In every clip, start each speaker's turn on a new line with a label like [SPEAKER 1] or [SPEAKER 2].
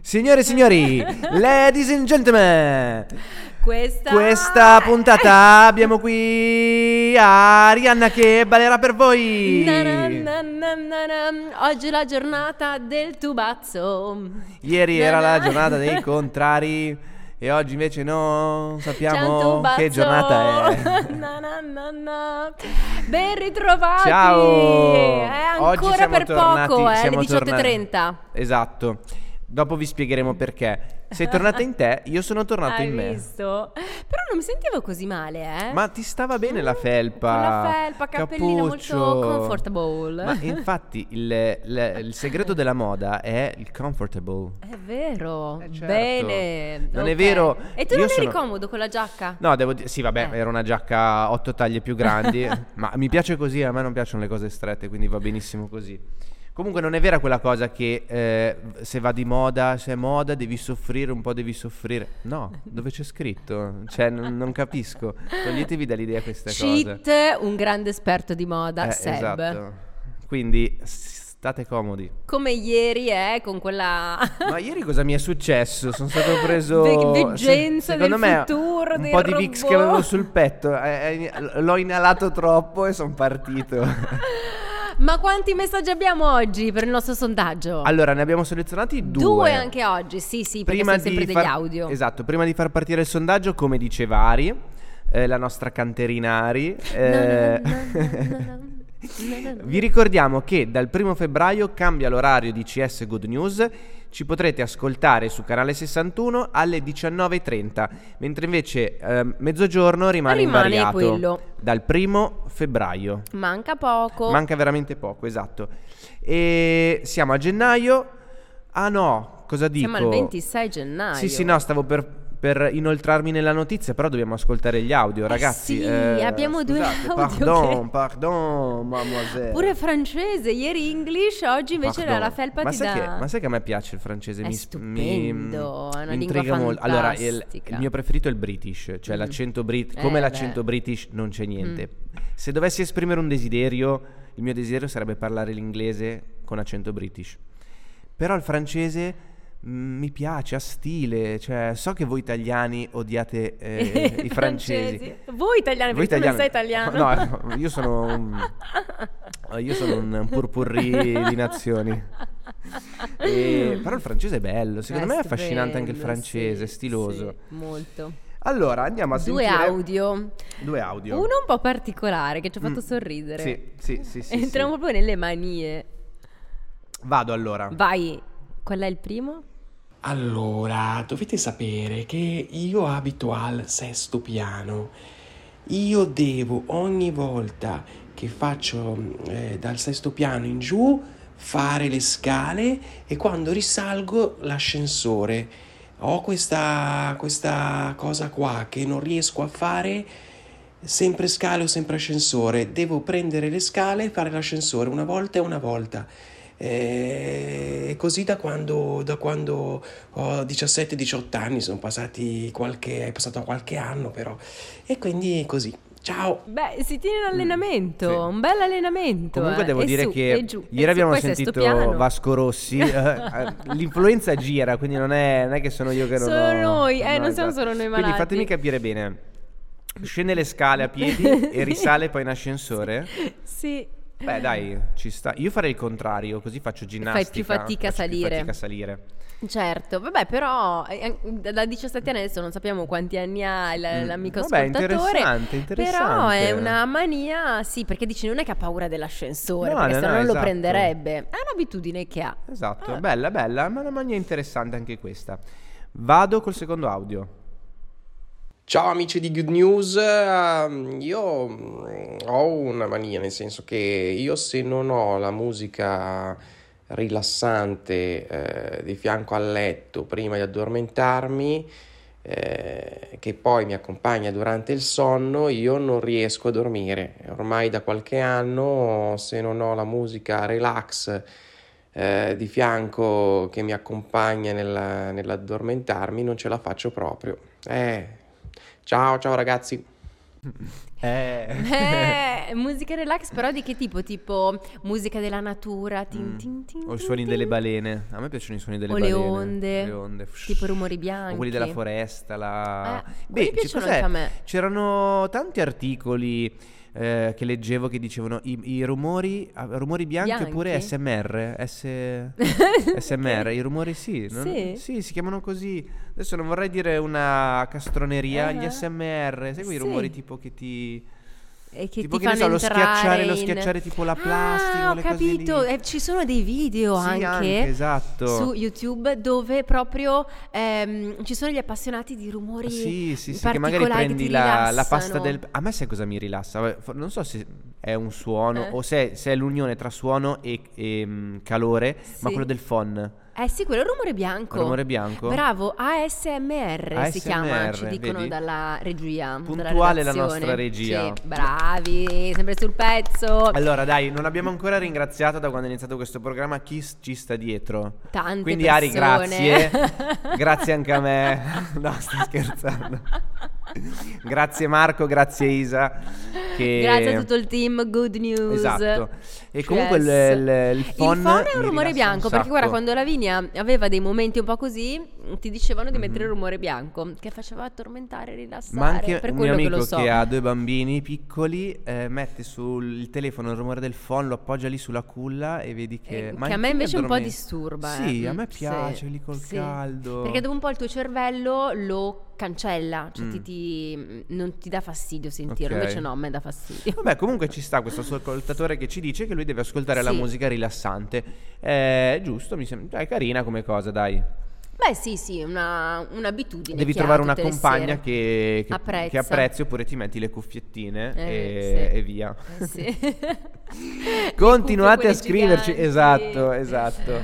[SPEAKER 1] Signore e signori, ladies and gentlemen,
[SPEAKER 2] Questa...
[SPEAKER 1] questa puntata abbiamo qui Arianna che ballerà per voi.
[SPEAKER 2] Na na na na na na. Oggi è la giornata del tubazzo.
[SPEAKER 1] Ieri era
[SPEAKER 2] Na na.
[SPEAKER 1] la giornata dei contrari e oggi invece no,
[SPEAKER 2] C'è un
[SPEAKER 1] sappiamo
[SPEAKER 2] tubazzo.
[SPEAKER 1] che giornata è.
[SPEAKER 2] Na na na na. Ben ritrovati.
[SPEAKER 1] Ciao!
[SPEAKER 2] È
[SPEAKER 1] Oggi
[SPEAKER 2] ancora
[SPEAKER 1] siamo
[SPEAKER 2] per
[SPEAKER 1] tornati-
[SPEAKER 2] poco, eh, alle
[SPEAKER 1] siamo
[SPEAKER 2] 18.30.
[SPEAKER 1] Esatto. Dopo vi spiegheremo perché. Sei tornata in te, io sono tornato
[SPEAKER 2] Hai
[SPEAKER 1] in me.
[SPEAKER 2] visto? Però non mi sentivo così male, eh.
[SPEAKER 1] Ma ti stava bene la
[SPEAKER 2] Mm,
[SPEAKER 1] felpa?
[SPEAKER 2] con la felpa, cappellino molto
[SPEAKER 1] cappuccio.
[SPEAKER 2] comfortable.
[SPEAKER 1] Ma infatti il, il- il segreto della moda è il comfortable.
[SPEAKER 2] È vero.
[SPEAKER 1] Eh, certo.
[SPEAKER 2] Bene.
[SPEAKER 1] Non
[SPEAKER 2] ok.
[SPEAKER 1] è vero,
[SPEAKER 2] E tu
[SPEAKER 1] io
[SPEAKER 2] non eri
[SPEAKER 1] sono-
[SPEAKER 2] comodo con la giacca?
[SPEAKER 1] No, devo dire, sì, vabbè,
[SPEAKER 2] Eh.
[SPEAKER 1] era una giacca otto taglie più grandi, ma mi piace così, a me non piacciono le cose strette, quindi va benissimo così. Comunque non è vera quella cosa che eh, se va di moda, se è moda devi soffrire, un po' devi soffrire. No, dove c'è scritto? Cioè, non, non capisco. Toglietevi dall'idea queste cose.
[SPEAKER 2] Cheat, un grande esperto di moda,
[SPEAKER 1] Eh,
[SPEAKER 2] Seb.
[SPEAKER 1] Esatto. Quindi s- state comodi.
[SPEAKER 2] Come ieri, eh, con quella...
[SPEAKER 1] Ma ieri cosa mi è successo? Sono stato preso
[SPEAKER 2] Ve- veggenza
[SPEAKER 1] se- secondo
[SPEAKER 2] del
[SPEAKER 1] me,
[SPEAKER 2] futuro,
[SPEAKER 1] un
[SPEAKER 2] del
[SPEAKER 1] po' di Vix
[SPEAKER 2] robot.
[SPEAKER 1] che avevo sul petto, eh, eh, l'ho inalato troppo e sono partito.
[SPEAKER 2] Ma quanti messaggi abbiamo oggi per il nostro sondaggio?
[SPEAKER 1] Allora, ne abbiamo selezionati due.
[SPEAKER 2] anche oggi, sì sì, perché
[SPEAKER 1] Prima
[SPEAKER 2] sono sempre
[SPEAKER 1] di
[SPEAKER 2] degli
[SPEAKER 1] far-
[SPEAKER 2] audio.
[SPEAKER 1] Esatto, prima di far partire il sondaggio, come diceva Ari, eh, la nostra canterinari, eh,
[SPEAKER 2] Na, na, na, na, na, na, na.
[SPEAKER 1] Vi ricordiamo che dal 1 febbraio cambia l'orario di CS Good News, ci potrete ascoltare su canale 61 alle 19.30, mentre invece ehm, mezzogiorno rimane,
[SPEAKER 2] Ah, Rimane
[SPEAKER 1] invariato
[SPEAKER 2] quello.
[SPEAKER 1] dal 1 febbraio.
[SPEAKER 2] Manca poco.
[SPEAKER 1] Manca veramente poco, esatto. E siamo a gennaio. Ah no, cosa dico?
[SPEAKER 2] Siamo al 26 gennaio.
[SPEAKER 1] Sì, sì, no, stavo per, per inoltrarmi nella notizia, però dobbiamo ascoltare gli audio,
[SPEAKER 2] Eh
[SPEAKER 1] ragazzi.
[SPEAKER 2] sì, abbiamo due
[SPEAKER 1] scusate,
[SPEAKER 2] audio
[SPEAKER 1] Pardon,
[SPEAKER 2] che-
[SPEAKER 1] pardon, mademoiselle.
[SPEAKER 2] Pure francese, ieri English, oggi invece
[SPEAKER 1] Pardon.
[SPEAKER 2] la felpa
[SPEAKER 1] ma
[SPEAKER 2] ti
[SPEAKER 1] sai
[SPEAKER 2] dà...
[SPEAKER 1] Che, ma sai che a me piace il francese?
[SPEAKER 2] È
[SPEAKER 1] mi,
[SPEAKER 2] stupendo, è una
[SPEAKER 1] mi
[SPEAKER 2] lingua
[SPEAKER 1] intriga molto. Allora, il,
[SPEAKER 2] fantastica.
[SPEAKER 1] il mio preferito è il British, cioè
[SPEAKER 2] Mm.
[SPEAKER 1] l'accento British.
[SPEAKER 2] Eh, Mm.
[SPEAKER 1] Come
[SPEAKER 2] beh.
[SPEAKER 1] l'accento British non c'è niente. Se dovessi esprimere un desiderio, il mio desiderio sarebbe parlare l'inglese con accento British. Però il francese mh, mi piace, ha stile. Cioè, so che voi italiani odiate eh, i francesi.
[SPEAKER 2] Voi italiani,
[SPEAKER 1] Voi
[SPEAKER 2] perché tu non sei
[SPEAKER 1] italiani-
[SPEAKER 2] italiano.
[SPEAKER 1] No, io sono un- io sono un- un purpurri di nazioni. E- però il francese è bello, secondo me è affascinante anche il francese, è stiloso.
[SPEAKER 2] molto.
[SPEAKER 1] Allora andiamo a
[SPEAKER 2] Due
[SPEAKER 1] sentire
[SPEAKER 2] audio.
[SPEAKER 1] due audio.
[SPEAKER 2] Uno un po' particolare che ci ha fatto
[SPEAKER 1] Mm.
[SPEAKER 2] sorridere.
[SPEAKER 1] Sì, sì, sì, sì,
[SPEAKER 2] Entriamo
[SPEAKER 1] sì.
[SPEAKER 2] proprio nelle manie.
[SPEAKER 1] Vado allora.
[SPEAKER 2] Vai, qual è il primo?
[SPEAKER 3] Allora, dovete sapere che io abito al sesto piano. Io devo ogni volta che faccio eh, dal sesto piano in giù fare le scale e quando risalgo l'ascensore. Ho questa, questa cosa qua che non riesco a fare sempre scale o sempre ascensore. Devo prendere le scale e fare l'ascensore una volta e una volta. E così da quando, da quando ho 17-18 anni, sono passati qualche, è passato qualche anno però. E quindi così. Ciao!
[SPEAKER 2] Beh, si tiene un allenamento,
[SPEAKER 1] Mm. sì.
[SPEAKER 2] un bel allenamento.
[SPEAKER 1] Comunque
[SPEAKER 2] eh.
[SPEAKER 1] devo
[SPEAKER 2] E
[SPEAKER 1] dire
[SPEAKER 2] su,
[SPEAKER 1] che
[SPEAKER 2] e giù, e
[SPEAKER 1] ieri
[SPEAKER 2] su,
[SPEAKER 1] abbiamo
[SPEAKER 2] questo è sto
[SPEAKER 1] sentito
[SPEAKER 2] piano.
[SPEAKER 1] Vasco Rossi, eh, eh, l'influenza gira, quindi non è, non è che sono io che non
[SPEAKER 2] Sono
[SPEAKER 1] ho-
[SPEAKER 2] noi, eh, non siamo
[SPEAKER 1] esatto.
[SPEAKER 2] solo noi
[SPEAKER 1] Quindi
[SPEAKER 2] malati.
[SPEAKER 1] fatemi capire bene, scende le scale a piedi
[SPEAKER 2] Sì.
[SPEAKER 1] e risale poi in ascensore?
[SPEAKER 2] Sì.
[SPEAKER 1] Beh, dai, ci sta. Io farei il contrario, così faccio ginnastica.
[SPEAKER 2] fatica a
[SPEAKER 1] faccio più
[SPEAKER 2] salire.
[SPEAKER 1] fatica a salire.
[SPEAKER 2] Certo, vabbè, però eh, an- da 17 anni adesso non sappiamo quanti anni ha l-
[SPEAKER 1] Mm,
[SPEAKER 2] l'amico
[SPEAKER 1] vabbè,
[SPEAKER 2] ascoltatore.
[SPEAKER 1] interessante, interessante.
[SPEAKER 2] Però è una mania, sì, perché dici non è che ha paura dell'ascensore,
[SPEAKER 1] No,
[SPEAKER 2] perché
[SPEAKER 1] no,
[SPEAKER 2] se no,
[SPEAKER 1] no,
[SPEAKER 2] non lo
[SPEAKER 1] esatto.
[SPEAKER 2] prenderebbe. È un'abitudine che ha.
[SPEAKER 1] Esatto,
[SPEAKER 2] Ah.
[SPEAKER 1] bella, bella, ma una mania interessante anche questa. Vado col secondo audio.
[SPEAKER 3] Ciao amici di Good News, ehm, io mm, ho una mania, nel senso che io se non ho la musica rilassante eh, di fianco al letto prima di addormentarmi, eh, che poi mi accompagna durante il sonno, io non riesco a dormire. Ormai da qualche anno se non ho la musica relax eh, di fianco che mi accompagna nella- nell'addormentarmi non ce la faccio proprio. Eh, Ciao, ciao ragazzi.
[SPEAKER 1] Eh.
[SPEAKER 2] Eh, musica relax, però di che tipo? Tipo musica della natura, tin,
[SPEAKER 1] Mm.
[SPEAKER 2] tin, tin,
[SPEAKER 1] o i
[SPEAKER 2] tin,
[SPEAKER 1] suoni
[SPEAKER 2] tin.
[SPEAKER 1] delle balene. A me piacciono i suoni delle
[SPEAKER 2] O le
[SPEAKER 1] balene.
[SPEAKER 2] onde,
[SPEAKER 1] Le onde.
[SPEAKER 2] tipo rumori
[SPEAKER 1] O
[SPEAKER 2] bianchi.
[SPEAKER 1] quelli della foresta. La...
[SPEAKER 2] Eh, quelli
[SPEAKER 1] ci-
[SPEAKER 2] piacciono
[SPEAKER 1] cos'è?
[SPEAKER 2] anche a me.
[SPEAKER 1] C'erano tanti articoli eh, che leggevo che dicevano i, i rumori, ah, rumori bianchi,
[SPEAKER 2] Bianchi?
[SPEAKER 1] oppure SMR. S- SMR, i rumori sì, non-
[SPEAKER 2] Sì?
[SPEAKER 1] si chiamano così. Adesso non vorrei dire una castroneria, gli
[SPEAKER 2] Ah.
[SPEAKER 1] SMR, sai quei
[SPEAKER 2] Sì.
[SPEAKER 1] rumori tipo che ti...
[SPEAKER 2] E che
[SPEAKER 1] tipo
[SPEAKER 2] ti
[SPEAKER 1] che ne
[SPEAKER 2] fanno
[SPEAKER 1] so, lo
[SPEAKER 2] entrare
[SPEAKER 1] schiacciare- lo
[SPEAKER 2] in-
[SPEAKER 1] schiacciare tipo la plastica,
[SPEAKER 2] Ah, ho
[SPEAKER 1] le cose lì.
[SPEAKER 2] capito. Eh, ci sono dei video
[SPEAKER 1] Sì,
[SPEAKER 2] anche,
[SPEAKER 1] anche, esatto.
[SPEAKER 2] su YouTube dove proprio ehm, ci sono gli appassionati di rumori.
[SPEAKER 1] Ah, Sì, sì, sì, che magari
[SPEAKER 2] particolari che
[SPEAKER 1] prendi
[SPEAKER 2] ti
[SPEAKER 1] la, la
[SPEAKER 2] rilassano.
[SPEAKER 1] pasta del... A me sai cosa mi rilassa? Vabbè, fo- Non so se è un suono
[SPEAKER 2] Eh.
[SPEAKER 1] o se, se è l'unione tra suono e, e, mm, calore,
[SPEAKER 2] Sì.
[SPEAKER 1] ma quello del phon,
[SPEAKER 2] Eh sì, quello è il rumore bianco.
[SPEAKER 1] il rumore bianco.
[SPEAKER 2] Bravo, ASMR, si
[SPEAKER 1] ASMR,
[SPEAKER 2] chiama, ci dicono
[SPEAKER 1] vedi?
[SPEAKER 2] dalla regia. dalla
[SPEAKER 1] Puntuale la
[SPEAKER 2] redazione.
[SPEAKER 1] nostra regia.
[SPEAKER 2] Sì, bravi, sempre sul pezzo.
[SPEAKER 1] Allora dai, non abbiamo ancora ringraziato da quando è iniziato questo programma chi s- ci sta dietro.
[SPEAKER 2] Tante
[SPEAKER 1] Quindi Ari,
[SPEAKER 2] persone.
[SPEAKER 1] grazie. grazie anche a me. No, sto scherzando. grazie Marco, grazie Isa. che-
[SPEAKER 2] Grazie a tutto il team Good News.
[SPEAKER 1] Esatto. E comunque il,
[SPEAKER 2] Yes.
[SPEAKER 1] il, il phon
[SPEAKER 2] Il phon è un
[SPEAKER 1] mi
[SPEAKER 2] rumore
[SPEAKER 1] rilassa un
[SPEAKER 2] bianco perché guarda
[SPEAKER 1] sacco.
[SPEAKER 2] quando Lavinia aveva dei momenti un po' così ti dicevano di mettere il
[SPEAKER 1] Mhm.
[SPEAKER 2] rumore bianco che faceva addormentare, rilassare.
[SPEAKER 1] Ma anche
[SPEAKER 2] per
[SPEAKER 1] un mio
[SPEAKER 2] quello
[SPEAKER 1] amico
[SPEAKER 2] che lo so. Eh,
[SPEAKER 1] ha due bambini piccoli eh, mette sul telefono il rumore del phon, lo appoggia lì sulla culla e vedi che...
[SPEAKER 2] Eh,
[SPEAKER 1] ma
[SPEAKER 2] che
[SPEAKER 1] anche
[SPEAKER 2] a me
[SPEAKER 1] lì
[SPEAKER 2] invece un po'
[SPEAKER 1] addormenti.
[SPEAKER 2] disturba. eh.
[SPEAKER 1] Sì, a me
[SPEAKER 2] Mm,
[SPEAKER 1] piace
[SPEAKER 2] sì,
[SPEAKER 1] lì col
[SPEAKER 2] sì.
[SPEAKER 1] caldo.
[SPEAKER 2] Perché dopo un po' il tuo cervello lo cancella, cioè
[SPEAKER 1] Mm.
[SPEAKER 2] ti, ti- non ti dà fastidio sentirlo,
[SPEAKER 1] Ok.
[SPEAKER 2] invece no, a me dà fastidio.
[SPEAKER 1] Vabbè, comunque ci sta questo ascoltatore che ci dice che lui deve ascoltare la
[SPEAKER 2] Sì.
[SPEAKER 1] musica rilassante. Eh, giusto, mi sembra... È carina come cosa, dai.
[SPEAKER 2] Beh sì sì, una, un'abitudine.
[SPEAKER 1] Devi
[SPEAKER 2] che ha
[SPEAKER 1] trovare una
[SPEAKER 2] tutte le
[SPEAKER 1] compagna
[SPEAKER 2] sere.
[SPEAKER 1] che, che,
[SPEAKER 2] Apprezza.
[SPEAKER 1] che apprezzi oppure ti metti le cuffiettine
[SPEAKER 2] Eh,
[SPEAKER 1] e,
[SPEAKER 2] sì.
[SPEAKER 1] e via.
[SPEAKER 2] Eh, sì.
[SPEAKER 1] Continuate a
[SPEAKER 2] Quelle
[SPEAKER 1] scriverci,
[SPEAKER 2] giganti.
[SPEAKER 1] esatto, esatto.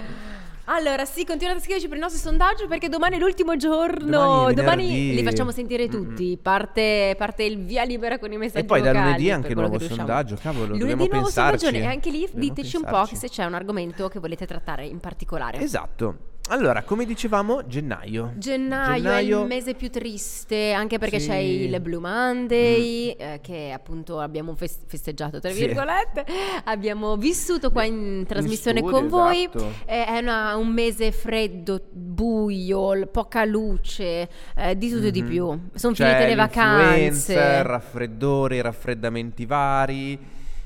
[SPEAKER 2] Allora, sì, continuate a scriverci per il nostro sondaggio perché domani è l'ultimo giorno.
[SPEAKER 1] Domani è venerdì.
[SPEAKER 2] li facciamo sentire
[SPEAKER 1] Mm-mm.
[SPEAKER 2] tutti. Parte, parte il via libera con i messaggi
[SPEAKER 1] E poi da
[SPEAKER 2] vocali,
[SPEAKER 1] lunedì
[SPEAKER 2] per
[SPEAKER 1] anche il
[SPEAKER 2] quello che
[SPEAKER 1] nuovo
[SPEAKER 2] riusciamo.
[SPEAKER 1] sondaggio, cavolo,
[SPEAKER 2] Lunedì
[SPEAKER 1] dobbiamo
[SPEAKER 2] nuovo
[SPEAKER 1] pensarci.
[SPEAKER 2] sondaggio e anche lì
[SPEAKER 1] Dobbiamo
[SPEAKER 2] diteci un po'
[SPEAKER 1] pensarci.
[SPEAKER 2] che se c'è un argomento che volete trattare in particolare.
[SPEAKER 1] Esatto. Allora, come dicevamo, gennaio.
[SPEAKER 2] Gennaio, è il mese più triste, anche perché
[SPEAKER 1] Sì. Mm.
[SPEAKER 2] c'è il Blue Monday, eh, che appunto abbiamo fes- festeggiato, tra
[SPEAKER 1] Sì.
[SPEAKER 2] virgolette, abbiamo vissuto qua in trasmissione
[SPEAKER 1] studio,
[SPEAKER 2] con voi.
[SPEAKER 1] esatto.
[SPEAKER 2] Eh, è una- un mese freddo, buio, l- poca luce, eh, di tutto e di
[SPEAKER 1] Mhm.
[SPEAKER 2] più. Sono
[SPEAKER 1] C'è
[SPEAKER 2] finite le
[SPEAKER 1] l'influenza, il
[SPEAKER 2] vacanze.
[SPEAKER 1] raffreddore, i raffreddamenti vari.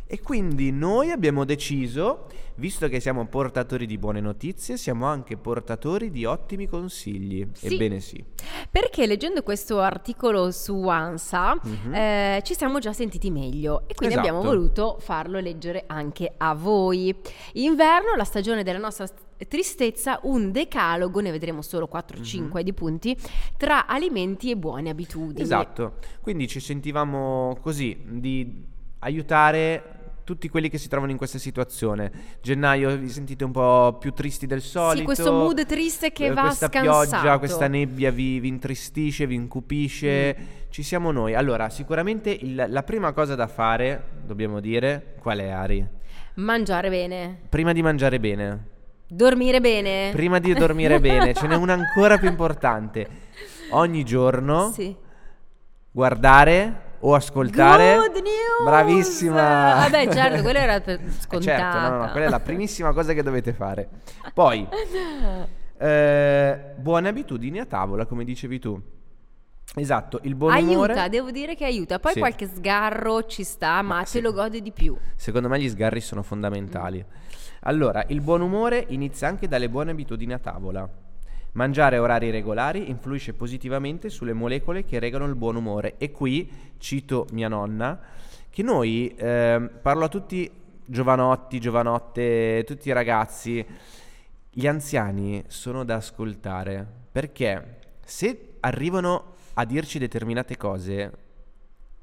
[SPEAKER 1] E quindi noi abbiamo deciso, visto che siamo portatori di buone notizie, siamo anche portatori di ottimi consigli.
[SPEAKER 2] Sì.
[SPEAKER 1] Ebbene sì.
[SPEAKER 2] Perché leggendo questo articolo su ANSA
[SPEAKER 1] Mhm.
[SPEAKER 2] eh, ci siamo già sentiti meglio e quindi
[SPEAKER 1] Esatto.
[SPEAKER 2] abbiamo voluto farlo leggere anche a voi. Inverno, la stagione della nostra st- tristezza, un decalogo, ne vedremo solo
[SPEAKER 1] Mhm.
[SPEAKER 2] 4-5 di punti, tra alimenti e buone abitudini.
[SPEAKER 1] Esatto, quindi ci sentivamo così di aiutare tutti quelli che si trovano in questa situazione. Gennaio vi sentite un po' più tristi del solito.
[SPEAKER 2] questo mood triste che
[SPEAKER 1] eh,
[SPEAKER 2] va
[SPEAKER 1] Questa pioggia,
[SPEAKER 2] scansato.
[SPEAKER 1] questa nebbia vi, vi intristisce, vi incupisce.
[SPEAKER 2] Mm.
[SPEAKER 1] Ci siamo noi. Allora, sicuramente il- la prima cosa da fare, dobbiamo dire, qual è Ari?
[SPEAKER 2] Mangiare bene,
[SPEAKER 1] Prima di mangiare bene,
[SPEAKER 2] dormire bene.
[SPEAKER 1] prima di dormire bene, ce n'è una ancora più importante. Ogni giorno
[SPEAKER 2] Sì.
[SPEAKER 1] guardare o ascoltare.
[SPEAKER 2] Good news!
[SPEAKER 1] Bravissima!
[SPEAKER 2] Vabbè, certo, quella era per-
[SPEAKER 1] Eh, Certo, no, no, no,
[SPEAKER 2] scontata.
[SPEAKER 1] quella è la primissima cosa che dovete fare. Poi, eh, buone abitudini a tavola, come dicevi tu. Esatto, il buon umore.
[SPEAKER 2] aiuta, devo dire che aiuta. Poi
[SPEAKER 1] Sì.
[SPEAKER 2] qualche sgarro ci sta, ma,
[SPEAKER 1] Ma
[SPEAKER 2] te
[SPEAKER 1] sì.
[SPEAKER 2] lo gode di più.
[SPEAKER 1] Secondo me gli sgarri sono fondamentali. Allora, il buon umore inizia anche dalle buone abitudini a tavola. Mangiare a orari regolari influisce positivamente sulle molecole che regolano il buon umore. E qui cito mia nonna, che noi ehm, parlo a tutti giovanotti, giovanotte, tutti i ragazzi. Gli anziani sono da ascoltare perché se arrivano a dirci determinate cose,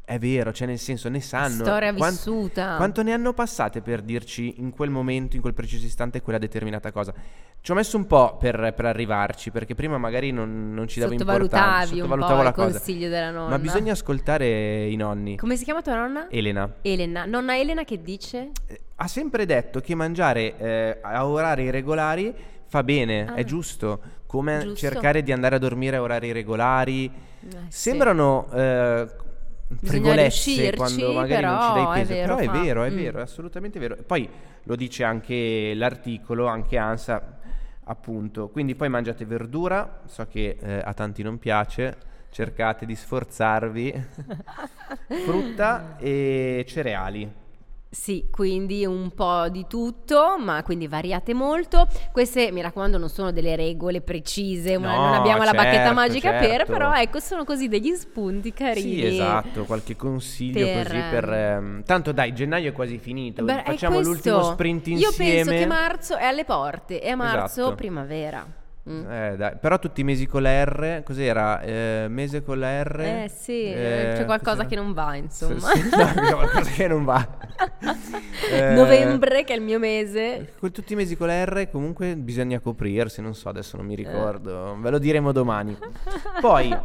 [SPEAKER 1] è vero, cioè nel senso ne sanno.
[SPEAKER 2] Storia
[SPEAKER 1] Quan-
[SPEAKER 2] vissuta.
[SPEAKER 1] quanto ne hanno passate per dirci in quel momento, in quel preciso istante, quella determinata cosa? Ci ho messo un po' per, per arrivarci, perché prima magari non, non ci davo importanza.
[SPEAKER 2] Sottovalutavi un po'
[SPEAKER 1] sottovalutavo la
[SPEAKER 2] il
[SPEAKER 1] cosa.
[SPEAKER 2] consiglio della nonna.
[SPEAKER 1] Ma bisogna ascoltare i nonni.
[SPEAKER 2] Come si chiama tua nonna?
[SPEAKER 1] Elena
[SPEAKER 2] Elena. Nonna Elena che dice?
[SPEAKER 1] eh, ha sempre detto che mangiare eh, a orari regolari fa bene,
[SPEAKER 2] Ah.
[SPEAKER 1] è giusto. Come
[SPEAKER 2] Giusto.
[SPEAKER 1] cercare di andare a dormire a orari regolari.
[SPEAKER 2] Eh, sì.
[SPEAKER 1] Sembrano eh, frigolezze
[SPEAKER 2] riuscirci,
[SPEAKER 1] quando magari non
[SPEAKER 2] però
[SPEAKER 1] ci dai
[SPEAKER 2] è
[SPEAKER 1] peso.
[SPEAKER 2] vero,
[SPEAKER 1] però è
[SPEAKER 2] fa-
[SPEAKER 1] vero, è
[SPEAKER 2] mm.
[SPEAKER 1] vero, è assolutamente vero. E Poi lo dice anche l'articolo, anche ANSA, appunto. Quindi poi mangiate verdura, so che eh, a tanti non piace. Cercate di sforzarvi, frutta e cereali.
[SPEAKER 2] Sì, quindi un po' di tutto, ma quindi variate molto. Queste, mi raccomando, non sono delle regole precise, una-
[SPEAKER 1] No,
[SPEAKER 2] non abbiamo la bacchetta
[SPEAKER 1] certo,
[SPEAKER 2] magica per,
[SPEAKER 1] certo.
[SPEAKER 2] però ecco, sono così degli spunti carini.
[SPEAKER 1] Sì, esatto, qualche consiglio
[SPEAKER 2] per-
[SPEAKER 1] così per... ehm, tanto dai, gennaio è quasi finito,
[SPEAKER 2] Beh, è
[SPEAKER 1] facciamo
[SPEAKER 2] questo.
[SPEAKER 1] l'ultimo sprint insieme.
[SPEAKER 2] Io penso che marzo è alle porte e a marzo
[SPEAKER 1] Esatto.
[SPEAKER 2] primavera. Mm.
[SPEAKER 1] Eh, dai, Però tutti i mesi con la R, cos'era? Eh, mese con la R?
[SPEAKER 2] Eh, sì,
[SPEAKER 1] Eh,
[SPEAKER 2] c'è qualcosa
[SPEAKER 1] cos'era?
[SPEAKER 2] che non va, insomma.
[SPEAKER 1] Sì, sì, no, c'è qualcosa che non va. Eh,
[SPEAKER 2] Novembre, che è il mio mese.
[SPEAKER 1] con tutti i mesi con la R comunque bisogna coprirsi, non so, adesso non mi
[SPEAKER 2] Eh.
[SPEAKER 1] ricordo, ve lo diremo domani. Poi,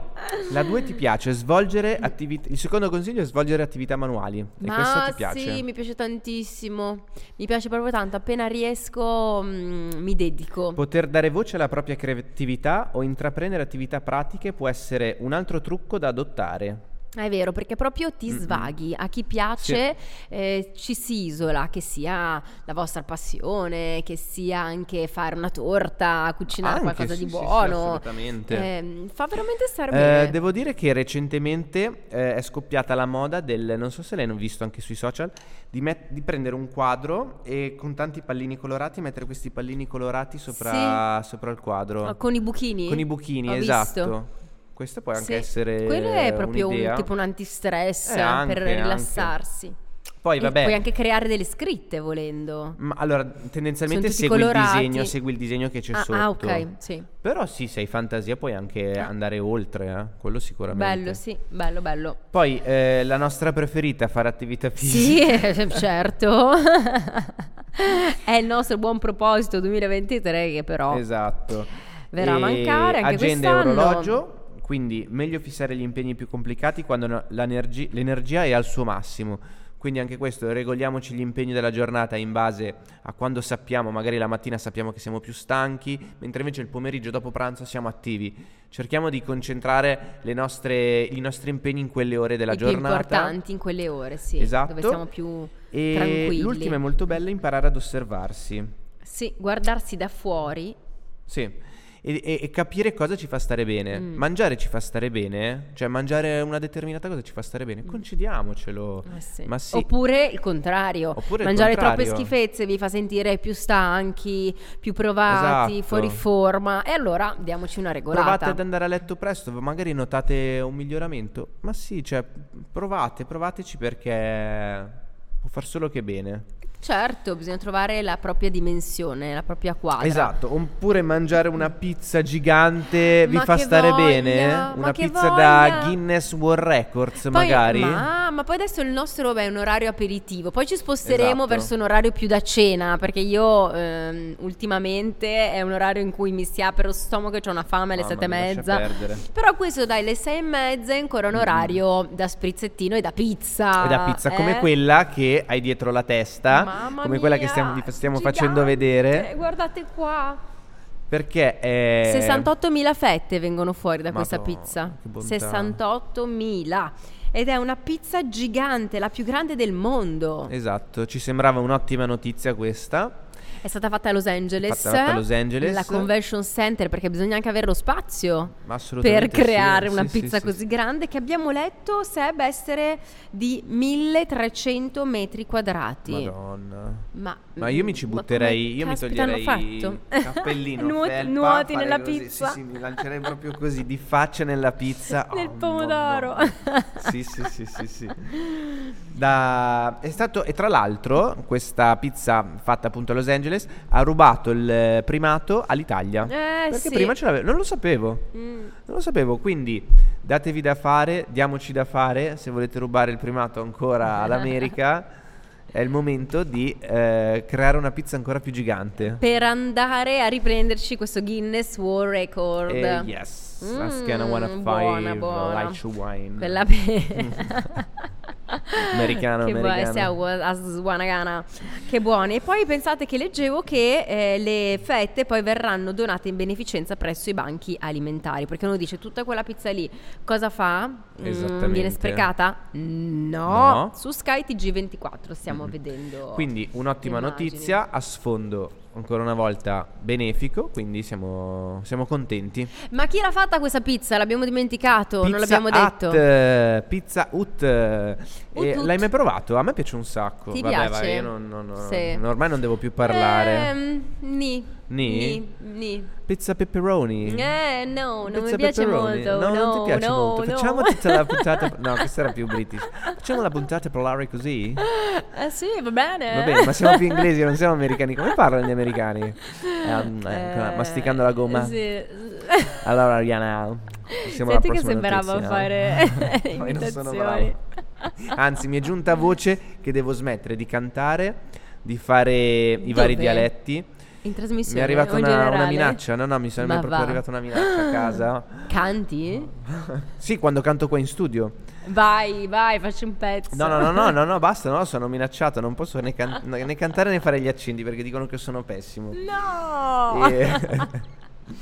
[SPEAKER 1] la 2 ti piace, svolgere attività... Il secondo consiglio è svolgere attività manuali. e questo
[SPEAKER 2] Ma
[SPEAKER 1] ti piace?
[SPEAKER 2] sì, mi piace tantissimo. Mi piace proprio tanto. Appena riesco, mm, mi dedico.
[SPEAKER 1] Poter dare voce alla propria creatività o intraprendere attività pratiche può essere un altro trucco da adottare.
[SPEAKER 2] È vero, perché proprio ti
[SPEAKER 1] Mm-mm.
[SPEAKER 2] svaghi. A chi piace eh, ci si isola, che sia la vostra passione, che sia anche fare una torta, cucinare
[SPEAKER 1] Anche,
[SPEAKER 2] qualcosa
[SPEAKER 1] sì,
[SPEAKER 2] di
[SPEAKER 1] sì, sì,
[SPEAKER 2] buono.
[SPEAKER 1] assolutamente.
[SPEAKER 2] Ehm, fa veramente stare
[SPEAKER 1] Eh,
[SPEAKER 2] bene.
[SPEAKER 1] devo dire che recentemente eh, è scoppiata la moda del, non so se l'hanno visto anche sui social, di, met- di prendere un quadro e con tanti pallini colorati mettere questi pallini colorati sopra, sopra il quadro.
[SPEAKER 2] Ah, Con i buchini?
[SPEAKER 1] Con i buchini,
[SPEAKER 2] Ho
[SPEAKER 1] esatto.
[SPEAKER 2] visto.
[SPEAKER 1] Questo può anche
[SPEAKER 2] Sì.
[SPEAKER 1] essere...
[SPEAKER 2] Quello è proprio un,
[SPEAKER 1] un'idea.
[SPEAKER 2] tipo un antistress
[SPEAKER 1] Eh, anche,
[SPEAKER 2] per
[SPEAKER 1] anche.
[SPEAKER 2] rilassarsi.
[SPEAKER 1] Poi
[SPEAKER 2] E
[SPEAKER 1] vabbè...
[SPEAKER 2] Puoi anche creare delle scritte volendo.
[SPEAKER 1] Ma allora, tendenzialmente
[SPEAKER 2] tutti
[SPEAKER 1] segui il,
[SPEAKER 2] colorati.
[SPEAKER 1] disegno, segui il disegno che c'è
[SPEAKER 2] ah,
[SPEAKER 1] sotto.
[SPEAKER 2] ah, ok, sì.
[SPEAKER 1] Però sì, se hai fantasia puoi anche
[SPEAKER 2] Ah.
[SPEAKER 1] andare oltre, eh? quello sicuramente.
[SPEAKER 2] Bello, sì, bello, bello.
[SPEAKER 1] Poi eh, la nostra preferita, fare attività
[SPEAKER 2] Sì,
[SPEAKER 1] fisica.
[SPEAKER 2] eh, certo. È il nostro buon proposito 2023 che però
[SPEAKER 1] Esatto.
[SPEAKER 2] verrà a
[SPEAKER 1] E
[SPEAKER 2] mancare anche
[SPEAKER 1] agenda e
[SPEAKER 2] quest'anno.
[SPEAKER 1] orologio, quindi meglio fissare gli impegni più complicati quando no- l'energi- l'energia è al suo massimo. Quindi anche questo, regoliamoci gli impegni della giornata in base a quando sappiamo, magari la mattina sappiamo che siamo più stanchi, mentre invece il pomeriggio dopo pranzo siamo attivi. Cerchiamo di concentrare le nostre- i nostri impegni in quelle ore della
[SPEAKER 2] I più
[SPEAKER 1] giornata.
[SPEAKER 2] importanti in quelle ore, sì,
[SPEAKER 1] Esatto.
[SPEAKER 2] dove siamo più
[SPEAKER 1] E
[SPEAKER 2] tranquilli.
[SPEAKER 1] l'ultima è molto bella, imparare ad osservarsi.
[SPEAKER 2] Sì, guardarsi da fuori.
[SPEAKER 1] Sì. E, e- e capire cosa ci fa stare bene.
[SPEAKER 2] Mm.
[SPEAKER 1] Mangiare ci fa stare bene? Cioè, mangiare una determinata cosa ci fa stare bene? Concediamocelo.
[SPEAKER 2] Mm. Ma sì.
[SPEAKER 1] Ma sì.
[SPEAKER 2] Oppure il contrario,
[SPEAKER 1] Oppure il
[SPEAKER 2] mangiare
[SPEAKER 1] contrario.
[SPEAKER 2] troppe schifezze vi fa sentire più stanchi, più provati,
[SPEAKER 1] Esatto.
[SPEAKER 2] fuori forma e allora diamoci una regolata.
[SPEAKER 1] Provate ad andare a letto presto, magari notate un miglioramento. Ma sì, cioè, provate, provateci perché può far solo che bene.
[SPEAKER 2] Certo, bisogna trovare la propria dimensione, la propria quadra.
[SPEAKER 1] Esatto, oppure mangiare una pizza gigante vi
[SPEAKER 2] Ma
[SPEAKER 1] fa
[SPEAKER 2] che
[SPEAKER 1] stare
[SPEAKER 2] voglia, ma
[SPEAKER 1] bene? Una
[SPEAKER 2] che
[SPEAKER 1] pizza da
[SPEAKER 2] voglia.
[SPEAKER 1] Guinness World Records,
[SPEAKER 2] Poi-
[SPEAKER 1] magari?
[SPEAKER 2] Ma, ma poi adesso il nostro beh, è un orario aperitivo, poi ci sposteremo
[SPEAKER 1] Esatto.
[SPEAKER 2] verso un orario più da cena, perché io ehm, ultimamente è un orario in cui mi si apre lo stomaco e ho una fame alle
[SPEAKER 1] Mamma
[SPEAKER 2] sette e
[SPEAKER 1] mia, lascia
[SPEAKER 2] mezza.
[SPEAKER 1] perdere.
[SPEAKER 2] Però questo dai, le sei e mezza è ancora un
[SPEAKER 1] Mm.
[SPEAKER 2] orario da sprizzettino e da pizza.
[SPEAKER 1] E da pizza, come
[SPEAKER 2] eh?
[SPEAKER 1] quella che hai dietro la testa,
[SPEAKER 2] Mamma
[SPEAKER 1] come quella che
[SPEAKER 2] mia,
[SPEAKER 1] stiamo, vi fa- stiamo
[SPEAKER 2] gigante, Eh,
[SPEAKER 1] facendo vedere,
[SPEAKER 2] Guardate qua.
[SPEAKER 1] perché è...
[SPEAKER 2] 68.000 fette vengono fuori da questa
[SPEAKER 1] Madonna,
[SPEAKER 2] pizza.
[SPEAKER 1] che bontà.
[SPEAKER 2] 68.000. Ed è una pizza gigante, la più grande del mondo.
[SPEAKER 1] Esatto, ci sembrava un'ottima notizia questa.
[SPEAKER 2] È stata fatta a Los Angeles.
[SPEAKER 1] Fatta- fatta a Los Angeles.
[SPEAKER 2] La Convention Center, perché bisogna anche avere lo spazio
[SPEAKER 1] Ma assolutamente
[SPEAKER 2] per creare
[SPEAKER 1] sì,
[SPEAKER 2] una
[SPEAKER 1] sì, sì,
[SPEAKER 2] pizza
[SPEAKER 1] sì,
[SPEAKER 2] così
[SPEAKER 1] sì.
[SPEAKER 2] grande che abbiamo letto Seb essere di 1300 metri quadrati.
[SPEAKER 1] Madonna.
[SPEAKER 2] Ma,
[SPEAKER 1] Ma io mi ci
[SPEAKER 2] ma
[SPEAKER 1] butterei,
[SPEAKER 2] come
[SPEAKER 1] io mi
[SPEAKER 2] caspita hanno
[SPEAKER 1] toglierei il
[SPEAKER 2] fatto?
[SPEAKER 1] cappellino,
[SPEAKER 2] Nuot-
[SPEAKER 1] felpa,
[SPEAKER 2] nuoti
[SPEAKER 1] farei
[SPEAKER 2] nella
[SPEAKER 1] così,
[SPEAKER 2] pizza.
[SPEAKER 1] Sì, sì, mi lancerei proprio così di faccia nella pizza.
[SPEAKER 2] Nel
[SPEAKER 1] Oh, no,
[SPEAKER 2] pomodoro.
[SPEAKER 1] no. Sì, sì, sì, sì, sì. Da- è stato, e tra l'altro questa pizza fatta appunto a Los Angeles ha rubato il eh, primato all'Italia.
[SPEAKER 2] Eh,
[SPEAKER 1] perché
[SPEAKER 2] sì.
[SPEAKER 1] prima ce l'aveva, non lo sapevo.
[SPEAKER 2] Mm.
[SPEAKER 1] Non lo sapevo, quindi datevi da fare, diamoci da fare, se volete rubare il primato ancora all'America è il momento di eh, creare una pizza ancora più gigante.
[SPEAKER 2] per andare a riprenderci questo Guinness World Record.
[SPEAKER 1] Eh, yes, that's
[SPEAKER 2] Mm,
[SPEAKER 1] gonna wanna
[SPEAKER 2] buona,
[SPEAKER 1] five,
[SPEAKER 2] buona.
[SPEAKER 1] like to wine.
[SPEAKER 2] Quella bene.
[SPEAKER 1] Americano,
[SPEAKER 2] che buo-
[SPEAKER 1] americano.
[SPEAKER 2] se a wa- a Swanagana. Che buone. E poi pensate che leggevo che eh, le fette poi verranno donate in beneficenza presso i banchi alimentari. Perché uno dice tutta quella pizza lì cosa fa? Mm,
[SPEAKER 1] Esattamente.
[SPEAKER 2] viene sprecata? No.
[SPEAKER 1] No.
[SPEAKER 2] Su Sky TG24 stiamo
[SPEAKER 1] Mm.
[SPEAKER 2] vedendo.
[SPEAKER 1] Quindi un'ottima
[SPEAKER 2] le immagini.
[SPEAKER 1] notizia a sfondo ancora una volta benefico, quindi siamo, siamo contenti.
[SPEAKER 2] Ma chi l'ha fatta questa pizza? L'abbiamo dimenticato,
[SPEAKER 1] Pizza
[SPEAKER 2] non l'abbiamo detto.
[SPEAKER 1] Hut, eh, pizza Hut. eh,
[SPEAKER 2] Hut,
[SPEAKER 1] eh,
[SPEAKER 2] Hut.
[SPEAKER 1] L'hai mai provato? A me piace un sacco.
[SPEAKER 2] Ti
[SPEAKER 1] Vabbè,
[SPEAKER 2] piace?
[SPEAKER 1] vai, io non- non- non-
[SPEAKER 2] Sì.
[SPEAKER 1] ormai non devo più parlare.
[SPEAKER 2] Ehm, ni.
[SPEAKER 1] Ni?
[SPEAKER 2] Ni.
[SPEAKER 1] Pizza pepperoni.
[SPEAKER 2] Eh, no, non
[SPEAKER 1] Pizza
[SPEAKER 2] mi piace
[SPEAKER 1] pepperoni.
[SPEAKER 2] molto.
[SPEAKER 1] No,
[SPEAKER 2] No,
[SPEAKER 1] non ti piace
[SPEAKER 2] no,
[SPEAKER 1] molto.
[SPEAKER 2] no.
[SPEAKER 1] Facciamo tutta la puntata. No, questa era più british. Facciamo la puntata polare così?
[SPEAKER 2] Eh sì, va bene.
[SPEAKER 1] Va bene, ma siamo più inglesi, non siamo americani. Come parlano gli americani? Ehm,
[SPEAKER 2] Eh,
[SPEAKER 1] masticando la gomma.
[SPEAKER 2] Sì.
[SPEAKER 1] Allora, Ariana, siamo alla
[SPEAKER 2] Senti che
[SPEAKER 1] prossima
[SPEAKER 2] sembrava
[SPEAKER 1] notizia.
[SPEAKER 2] fare
[SPEAKER 1] No, io non sono
[SPEAKER 2] imitazioni.
[SPEAKER 1] bravo. Anzi, mi è giunta voce che devo smettere di cantare, di fare i vari
[SPEAKER 2] Dove?
[SPEAKER 1] dialetti.
[SPEAKER 2] In trasmissione.
[SPEAKER 1] Mi è arrivata
[SPEAKER 2] o in
[SPEAKER 1] una, una
[SPEAKER 2] generale?
[SPEAKER 1] minaccia. No, no, mi sono- mi
[SPEAKER 2] Ma
[SPEAKER 1] è proprio
[SPEAKER 2] va.
[SPEAKER 1] arrivata una minaccia a casa.
[SPEAKER 2] Canti?
[SPEAKER 1] Sì, quando canto qua in studio.
[SPEAKER 2] Vai, vai, facci un pezzo.
[SPEAKER 1] No, no, no, no, no, no, basta, no, sono minacciato, non posso né, can- né cantare né fare gli accenti perché dicono che sono pessimo.
[SPEAKER 2] No!
[SPEAKER 1] E-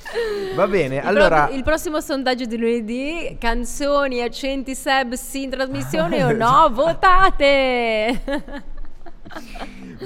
[SPEAKER 1] Va bene,
[SPEAKER 2] Il pro-
[SPEAKER 1] allora...
[SPEAKER 2] il prossimo sondaggio di lunedì, canzoni, accenti, seb, sì in trasmissione o no? Votate!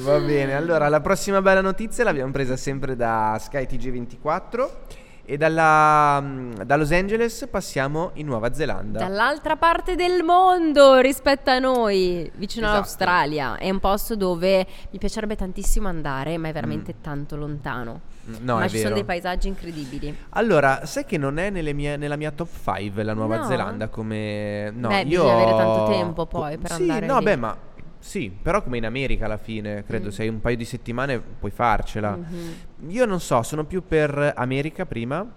[SPEAKER 1] Va bene, allora la prossima bella notizia l'abbiamo presa sempre da skytg 24 e dalla- da Los Angeles passiamo in Nuova Zelanda.
[SPEAKER 2] Dall'altra parte del mondo rispetto a noi, vicino
[SPEAKER 1] Esatto.
[SPEAKER 2] all'Australia, è un posto dove mi piacerebbe tantissimo andare, ma è veramente tanto lontano.
[SPEAKER 1] Mm. No,
[SPEAKER 2] ma
[SPEAKER 1] è
[SPEAKER 2] ci sono
[SPEAKER 1] vero.
[SPEAKER 2] dei paesaggi incredibili.
[SPEAKER 1] Allora, sai che non è nelle mie- nella mia top 5 la Nuova
[SPEAKER 2] No?
[SPEAKER 1] Zelanda come... No,
[SPEAKER 2] Beh,
[SPEAKER 1] io...
[SPEAKER 2] bisogna avere tanto
[SPEAKER 1] ho-
[SPEAKER 2] tempo poi per
[SPEAKER 1] sì,
[SPEAKER 2] andare
[SPEAKER 1] no,
[SPEAKER 2] lì.
[SPEAKER 1] beh, ma... Sì, però come in America alla fine, credo,
[SPEAKER 2] Mm.
[SPEAKER 1] se hai un paio di settimane puoi farcela.
[SPEAKER 2] Mhm.
[SPEAKER 1] Io non so, sono più per America prima,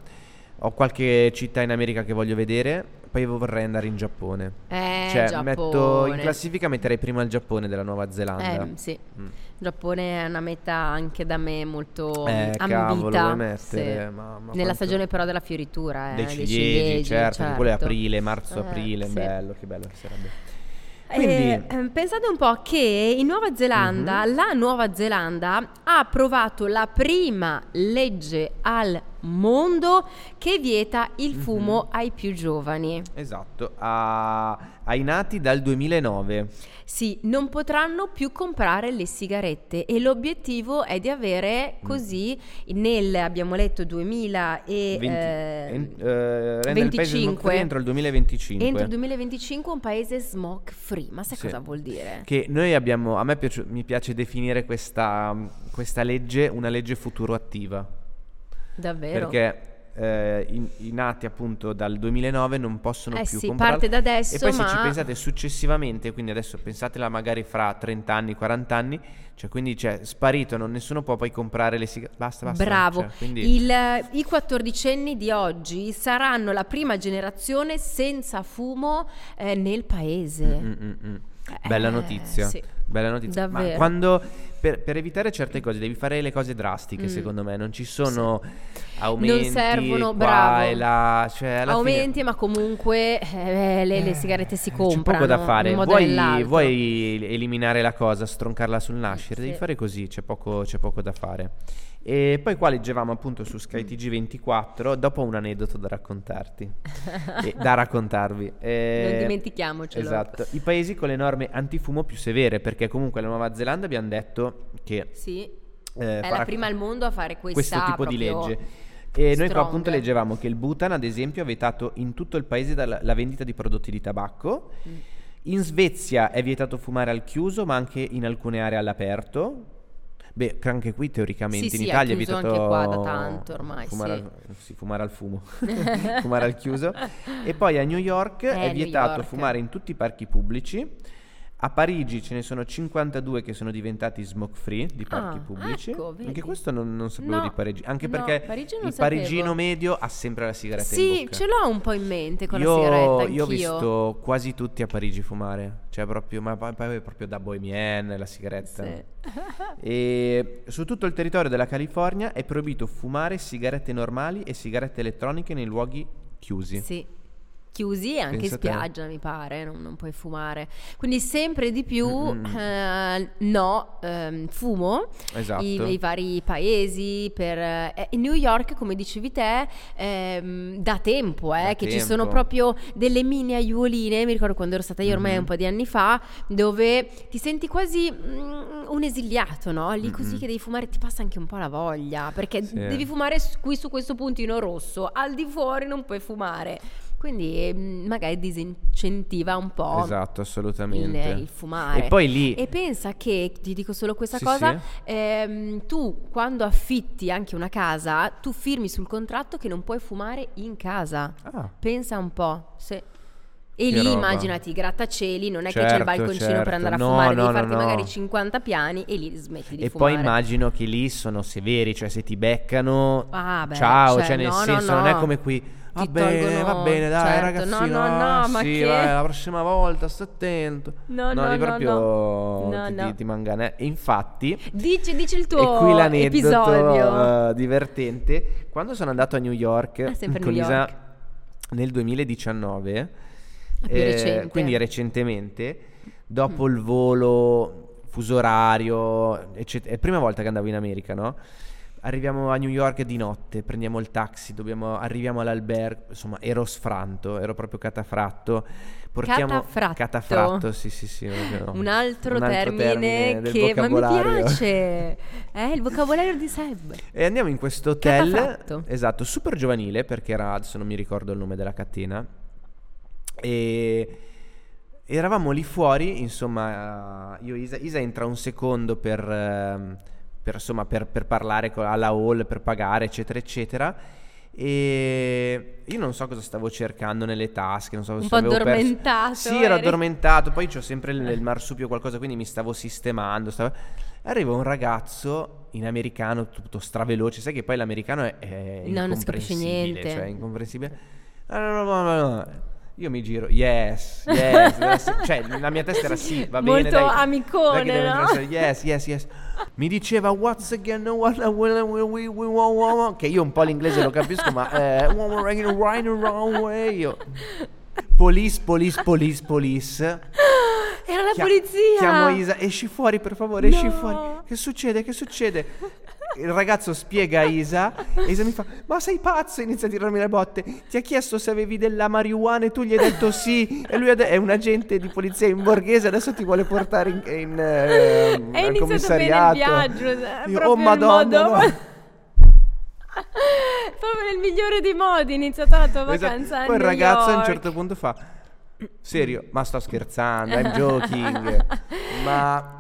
[SPEAKER 1] ho qualche città in America che voglio vedere, poi vorrei andare in Giappone.
[SPEAKER 2] Eh,
[SPEAKER 1] cioè,
[SPEAKER 2] Giappone.
[SPEAKER 1] metto in classifica metterei prima il Giappone della Nuova Zelanda.
[SPEAKER 2] Eh, sì.
[SPEAKER 1] Mm.
[SPEAKER 2] Giappone è una meta anche da me molto
[SPEAKER 1] Eh,
[SPEAKER 2] ambita.
[SPEAKER 1] cavolo, vuoi mettere?
[SPEAKER 2] Boh, sì.
[SPEAKER 1] Ma- ma
[SPEAKER 2] Nella
[SPEAKER 1] quanto-
[SPEAKER 2] stagione però della fioritura, eh,
[SPEAKER 1] Dei ciliegi, certo,
[SPEAKER 2] certo,
[SPEAKER 1] che quello è aprile, marzo-aprile,
[SPEAKER 2] Eh, sì.
[SPEAKER 1] bello, che bello che sarebbe.
[SPEAKER 2] Eh,
[SPEAKER 1] Quindi, Mhm.
[SPEAKER 2] ehm, pensate un po' che in Nuova Zelanda, la Nuova Zelanda ha approvato la prima legge al mondo che vieta il
[SPEAKER 1] Mhm.
[SPEAKER 2] fumo ai più giovani.
[SPEAKER 1] esatto, a- ai nati dal 2009.
[SPEAKER 2] Sì, non potranno più comprare le sigarette e l'obiettivo è di avere
[SPEAKER 1] Mm.
[SPEAKER 2] così nel, abbiamo letto, 2000 e...
[SPEAKER 1] 20
[SPEAKER 2] eh,
[SPEAKER 1] en- eh, rendere il paese smoke free entro il 2025.
[SPEAKER 2] Entro il 2025 un paese smoke free, ma sai
[SPEAKER 1] Sì.
[SPEAKER 2] cosa vuol dire?
[SPEAKER 1] Che noi abbiamo, a me piace- mi piace definire questa, questa legge una legge futuro attiva.
[SPEAKER 2] Davvero?
[SPEAKER 1] Perché eh, i, i nati appunto dal 2009 non possono
[SPEAKER 2] eh
[SPEAKER 1] più
[SPEAKER 2] sì,
[SPEAKER 1] comprare.
[SPEAKER 2] parte da adesso,
[SPEAKER 1] e poi se
[SPEAKER 2] ma...
[SPEAKER 1] ci pensate successivamente, quindi adesso pensatela magari fra 30 anni, 40 anni, cioè quindi c'è sparito, non- nessuno può poi comprare le sigarette. Basta, basta.
[SPEAKER 2] Bravo,
[SPEAKER 1] cioè, quindi-
[SPEAKER 2] Il- i quattordicenni di oggi saranno la prima generazione senza fumo eh, nel paese.
[SPEAKER 1] Mm, mm, mm. Bella
[SPEAKER 2] Eh,
[SPEAKER 1] notizia.
[SPEAKER 2] sì.
[SPEAKER 1] Bella notizia. Ma
[SPEAKER 2] Davvero.
[SPEAKER 1] quando per, per evitare certe cose devi fare le cose drastiche,
[SPEAKER 2] Mm.
[SPEAKER 1] secondo me. Non ci sono aumenti
[SPEAKER 2] non servono,
[SPEAKER 1] qua
[SPEAKER 2] bravo.
[SPEAKER 1] e là. Cioè, alla
[SPEAKER 2] Aumenti,
[SPEAKER 1] fine-
[SPEAKER 2] ma comunque eh, le, le sigarette si
[SPEAKER 1] Eh,
[SPEAKER 2] comprano.
[SPEAKER 1] C'è poco da fare.
[SPEAKER 2] in modo o
[SPEAKER 1] Vuoi,
[SPEAKER 2] nell'altro.
[SPEAKER 1] vuoi eliminare la cosa, stroncarla sul nascere?
[SPEAKER 2] Sì.
[SPEAKER 1] Devi fare così, c'è poco, c'è poco da fare. E poi qua leggevamo appunto su SkyTG24, dopo un aneddoto da raccontarti, E da raccontarvi. Eh,
[SPEAKER 2] Non dimentichiamocelo.
[SPEAKER 1] Esatto, i paesi con le norme antifumo più severe, perché comunque la Nuova Zelanda abbiamo detto che
[SPEAKER 2] Sì,
[SPEAKER 1] eh,
[SPEAKER 2] è
[SPEAKER 1] farà
[SPEAKER 2] la prima al mondo a fare questa
[SPEAKER 1] questo tipo di
[SPEAKER 2] proprio-
[SPEAKER 1] legge. E noi qua
[SPEAKER 2] strong.
[SPEAKER 1] appunto leggevamo che il Bhutan, ad esempio, ha vietato in tutto il paese dalla- la vendita di prodotti di tabacco.
[SPEAKER 2] Mm.
[SPEAKER 1] In Svezia è vietato fumare al chiuso, ma anche in alcune aree all'aperto. Beh, che anche qui teoricamente
[SPEAKER 2] Sì,
[SPEAKER 1] in
[SPEAKER 2] sì, è
[SPEAKER 1] Italia è
[SPEAKER 2] chiuso
[SPEAKER 1] vietato
[SPEAKER 2] anche qua da tanto ormai,
[SPEAKER 1] fumare,
[SPEAKER 2] sì.
[SPEAKER 1] al, sì, fumare al fumo, fumare al chiuso. E poi a New York
[SPEAKER 2] Eh,
[SPEAKER 1] è
[SPEAKER 2] New
[SPEAKER 1] vietato
[SPEAKER 2] York.
[SPEAKER 1] fumare in tutti i parchi pubblici. A Parigi ce ne sono 52 che sono diventati smoke free di parchi
[SPEAKER 2] Ah,
[SPEAKER 1] pubblici.
[SPEAKER 2] ecco,
[SPEAKER 1] Anche
[SPEAKER 2] vedi.
[SPEAKER 1] questo non, non sapevo
[SPEAKER 2] No,
[SPEAKER 1] di Parigi. Anche
[SPEAKER 2] no,
[SPEAKER 1] perché
[SPEAKER 2] Parigi non
[SPEAKER 1] il parigino
[SPEAKER 2] sapevo.
[SPEAKER 1] medio ha sempre la sigaretta in
[SPEAKER 2] Sì,
[SPEAKER 1] bocca.
[SPEAKER 2] ce l'ho un po' in mente con
[SPEAKER 1] io,
[SPEAKER 2] la sigaretta. Anch'io.
[SPEAKER 1] io ho visto quasi tutti a Parigi fumare. Cioè, proprio, ma poi poi proprio da bohemienne la sigaretta.
[SPEAKER 2] Sì.
[SPEAKER 1] E su tutto il territorio della California è proibito fumare sigarette normali e sigarette elettroniche nei luoghi chiusi.
[SPEAKER 2] Sì. chiusi e anche in
[SPEAKER 1] Pensa te.
[SPEAKER 2] spiaggia, mi pare, non, non puoi fumare. Quindi sempre di più
[SPEAKER 1] Mm-mm.
[SPEAKER 2] eh, no ehm, fumo
[SPEAKER 1] Esatto.
[SPEAKER 2] i, i vari paesi. Per, eh, in New York, come dicevi te, ehm, da tempo eh,
[SPEAKER 1] Da
[SPEAKER 2] che ci
[SPEAKER 1] tempo.
[SPEAKER 2] sono proprio delle mini aiuoline. Mi ricordo quando ero stata io ormai
[SPEAKER 1] Mhm.
[SPEAKER 2] un po' di anni fa, dove ti senti quasi mm, un esiliato, no? Lì così
[SPEAKER 1] Mm-mm.
[SPEAKER 2] che devi fumare, ti passa anche un po' la voglia perché
[SPEAKER 1] Mm-hmm. Sì.
[SPEAKER 2] devi fumare s- qui su questo puntino rosso, al di fuori non puoi fumare. Quindi ehm, magari disincentiva un po'
[SPEAKER 1] Esatto,
[SPEAKER 2] il,
[SPEAKER 1] assolutamente.
[SPEAKER 2] il fumare.
[SPEAKER 1] E poi lì...
[SPEAKER 2] E pensa che, ti dico solo questa
[SPEAKER 1] Sì,
[SPEAKER 2] cosa,
[SPEAKER 1] sì.
[SPEAKER 2] ehm, tu quando affitti anche una casa, tu firmi sul contratto che non puoi fumare in casa.
[SPEAKER 1] Ah,
[SPEAKER 2] Pensa un po', se... E
[SPEAKER 1] Che
[SPEAKER 2] lì
[SPEAKER 1] roba.
[SPEAKER 2] immaginati i grattacieli, non è che c'è il
[SPEAKER 1] Certo,
[SPEAKER 2] balconcino per
[SPEAKER 1] certo.
[SPEAKER 2] andare a
[SPEAKER 1] No,
[SPEAKER 2] fumare,
[SPEAKER 1] no,
[SPEAKER 2] devi
[SPEAKER 1] no,
[SPEAKER 2] farti
[SPEAKER 1] no.
[SPEAKER 2] magari 50 piani e lì smetti di
[SPEAKER 1] e
[SPEAKER 2] fumare.
[SPEAKER 1] poi immagino che lì sono severi, cioè se ti beccano...
[SPEAKER 2] Ah, beh,
[SPEAKER 1] ciao,
[SPEAKER 2] cioè,
[SPEAKER 1] cioè, nel
[SPEAKER 2] no, no,
[SPEAKER 1] senso non
[SPEAKER 2] no.
[SPEAKER 1] è come qui... Va
[SPEAKER 2] Ti
[SPEAKER 1] bene,
[SPEAKER 2] tolgono-
[SPEAKER 1] va bene, dai
[SPEAKER 2] certo,
[SPEAKER 1] ragazzi,
[SPEAKER 2] no, no,
[SPEAKER 1] ah,
[SPEAKER 2] no, ma
[SPEAKER 1] sì,
[SPEAKER 2] che-
[SPEAKER 1] vai, la prossima volta sta attento. no,
[SPEAKER 2] No, no,
[SPEAKER 1] lì
[SPEAKER 2] no,
[SPEAKER 1] proprio
[SPEAKER 2] no. No,
[SPEAKER 1] ti,
[SPEAKER 2] no.
[SPEAKER 1] ti- ti mangane- E Infatti,
[SPEAKER 2] Dici, dici il
[SPEAKER 1] e
[SPEAKER 2] tuo
[SPEAKER 1] qui l'aneddoto
[SPEAKER 2] episodio.
[SPEAKER 1] eh, divertente. Quando sono andato a New York
[SPEAKER 2] Ah, sempre
[SPEAKER 1] con
[SPEAKER 2] New
[SPEAKER 1] Lisa
[SPEAKER 2] York.
[SPEAKER 1] nel 2019,
[SPEAKER 2] Ah, più recente. Mm.
[SPEAKER 1] quindi recentemente, dopo il volo, fuso orario, eccetera. È la prima volta che andavo in America, no? Arriviamo a New York di notte, prendiamo il taxi, dobbiamo- arriviamo all'albergo, insomma ero sfranto, ero proprio catafratto.
[SPEAKER 2] Catafratto.
[SPEAKER 1] Catafratto, sì sì sì. proprio-
[SPEAKER 2] Un altro, termine
[SPEAKER 1] del
[SPEAKER 2] che ma mi
[SPEAKER 1] vocabolario.
[SPEAKER 2] piace. È il vocabolario di Seb.
[SPEAKER 1] E andiamo in questo hotel.
[SPEAKER 2] Catafratto.
[SPEAKER 1] Esatto, super giovanile perché era, adesso non mi ricordo il nome della catena. E eravamo lì fuori, insomma, io e Isa, Isa entra un secondo per, ehm, per, insomma, per, per parlare con- alla hall, per pagare, eccetera, eccetera. E io non so cosa stavo cercando nelle tasche, non so
[SPEAKER 2] Un
[SPEAKER 1] se
[SPEAKER 2] po'
[SPEAKER 1] avevo perso-
[SPEAKER 2] addormentato.
[SPEAKER 1] Sì, ero
[SPEAKER 2] eri.
[SPEAKER 1] addormentato, poi c'ho sempre
[SPEAKER 2] Eh.
[SPEAKER 1] il, il marsupio qualcosa, quindi mi stavo sistemando, stavo- Arriva un ragazzo in americano tutto straveloce, sai che poi l'americano è, è
[SPEAKER 2] No, non si capisce
[SPEAKER 1] incomprensibile,
[SPEAKER 2] niente.
[SPEAKER 1] cioè è incomprensibile. Ah, no, no, no, no, no. Io mi giro, yes, yes, era sì. cioè la mia testa era sì, va bene,
[SPEAKER 2] Molto
[SPEAKER 1] dai,
[SPEAKER 2] amicone,
[SPEAKER 1] dai che devo
[SPEAKER 2] no?
[SPEAKER 1] entrare, Yes, yes, yes. Mi diceva once again, no, one, one, one, we- we- one, one, one", che io un po' l'inglese lo capisco, ma eh, one, one, right, right, wrong way, io. Police, police, police, police.
[SPEAKER 2] Era la
[SPEAKER 1] Chia-
[SPEAKER 2] polizia.
[SPEAKER 1] Chiamo Isa, esci fuori per favore, esci
[SPEAKER 2] No.
[SPEAKER 1] fuori. Che succede? Che succede? Il ragazzo spiega a Isa e Isa mi fa: Ma sei pazzo? Inizia a tirarmi le botte. Ti ha chiesto se avevi della marijuana e tu gli hai detto sì. E lui ha de- è un agente di polizia in borghese, adesso ti vuole portare in, in eh,
[SPEAKER 2] È
[SPEAKER 1] al
[SPEAKER 2] iniziato
[SPEAKER 1] commissariato.
[SPEAKER 2] bene il viaggio, è
[SPEAKER 1] Io,
[SPEAKER 2] proprio
[SPEAKER 1] oh
[SPEAKER 2] il
[SPEAKER 1] madonna,
[SPEAKER 2] modo-
[SPEAKER 1] no.
[SPEAKER 2] Proprio nel migliore dei modi è iniziata la tua
[SPEAKER 1] Esatto.
[SPEAKER 2] vacanza. a
[SPEAKER 1] Poi il
[SPEAKER 2] New
[SPEAKER 1] ragazzo a un
[SPEAKER 2] York.
[SPEAKER 1] certo punto fa: Serio, ma sto scherzando, I'm joking. ma.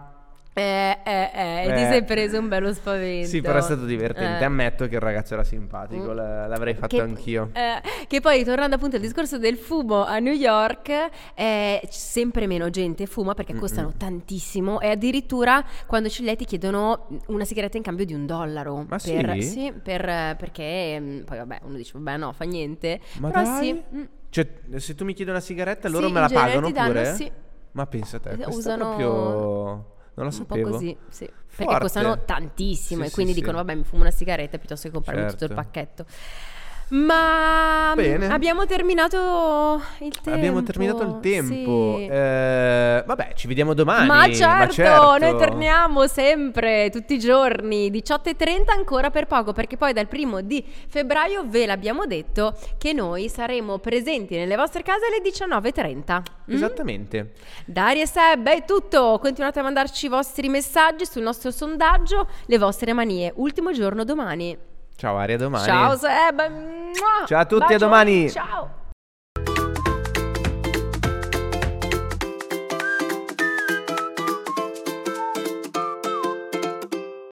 [SPEAKER 2] Eh, eh, eh, ti
[SPEAKER 1] Eh.
[SPEAKER 2] sei preso un bello spavento.
[SPEAKER 1] Sì, però è stato divertente.
[SPEAKER 2] Eh.
[SPEAKER 1] Ammetto che il ragazzo era simpatico,
[SPEAKER 2] Mm.
[SPEAKER 1] la- l'avrei fatto
[SPEAKER 2] Che-
[SPEAKER 1] anch'io.
[SPEAKER 2] eh, che poi, tornando appunto al discorso del fumo a New York, eh, c- sempre meno gente fuma perché costano tantissimo e addirittura quando ci lei ti chiedono una sigaretta in cambio di un dollaro.
[SPEAKER 1] Ma
[SPEAKER 2] per,
[SPEAKER 1] sì?
[SPEAKER 2] per- perché mm, poi vabbè, uno dice vabbè no, fa niente.
[SPEAKER 1] Ma
[SPEAKER 2] però
[SPEAKER 1] dai?
[SPEAKER 2] sì. mm,
[SPEAKER 1] Cioè, se tu mi chiedi una sigaretta, loro
[SPEAKER 2] sì,
[SPEAKER 1] me
[SPEAKER 2] in
[SPEAKER 1] la
[SPEAKER 2] genere
[SPEAKER 1] pagano
[SPEAKER 2] ti danno,
[SPEAKER 1] pure? eh?
[SPEAKER 2] sì,
[SPEAKER 1] Ma pensa te, questa è
[SPEAKER 2] Usano
[SPEAKER 1] proprio... Non lo
[SPEAKER 2] un po'
[SPEAKER 1] sapevo.
[SPEAKER 2] così, sì. Perché
[SPEAKER 1] Forte.
[SPEAKER 2] costano tantissimo
[SPEAKER 1] Sì,
[SPEAKER 2] e
[SPEAKER 1] sì,
[SPEAKER 2] quindi
[SPEAKER 1] sì.
[SPEAKER 2] dicono vabbè mi fumo una sigaretta piuttosto che comprarmi tutto il
[SPEAKER 1] Certo.
[SPEAKER 2] pacchetto. Ma
[SPEAKER 1] Bene.
[SPEAKER 2] mm, abbiamo terminato il tempo.
[SPEAKER 1] Abbiamo terminato il tempo.
[SPEAKER 2] sì.
[SPEAKER 1] Eh, vabbè, ci vediamo domani.
[SPEAKER 2] ma, certo,
[SPEAKER 1] certo.
[SPEAKER 2] noi torniamo sempre, tutti i giorni, 18.30 ancora per poco, perché poi dal primo di febbraio ve l'abbiamo detto che noi saremo presenti nelle vostre case alle 19.30. Mm?
[SPEAKER 1] Esattamente.
[SPEAKER 2] Daria e Seb è tutto, continuate a mandarci i vostri messaggi sul nostro sondaggio, le vostre manie. Ultimo giorno domani.
[SPEAKER 1] Ciao, Aria, domani.
[SPEAKER 2] Ciao Seb! Mua!
[SPEAKER 1] Ciao a tutti, a
[SPEAKER 2] Bacioni,
[SPEAKER 1] domani.
[SPEAKER 2] Ciao!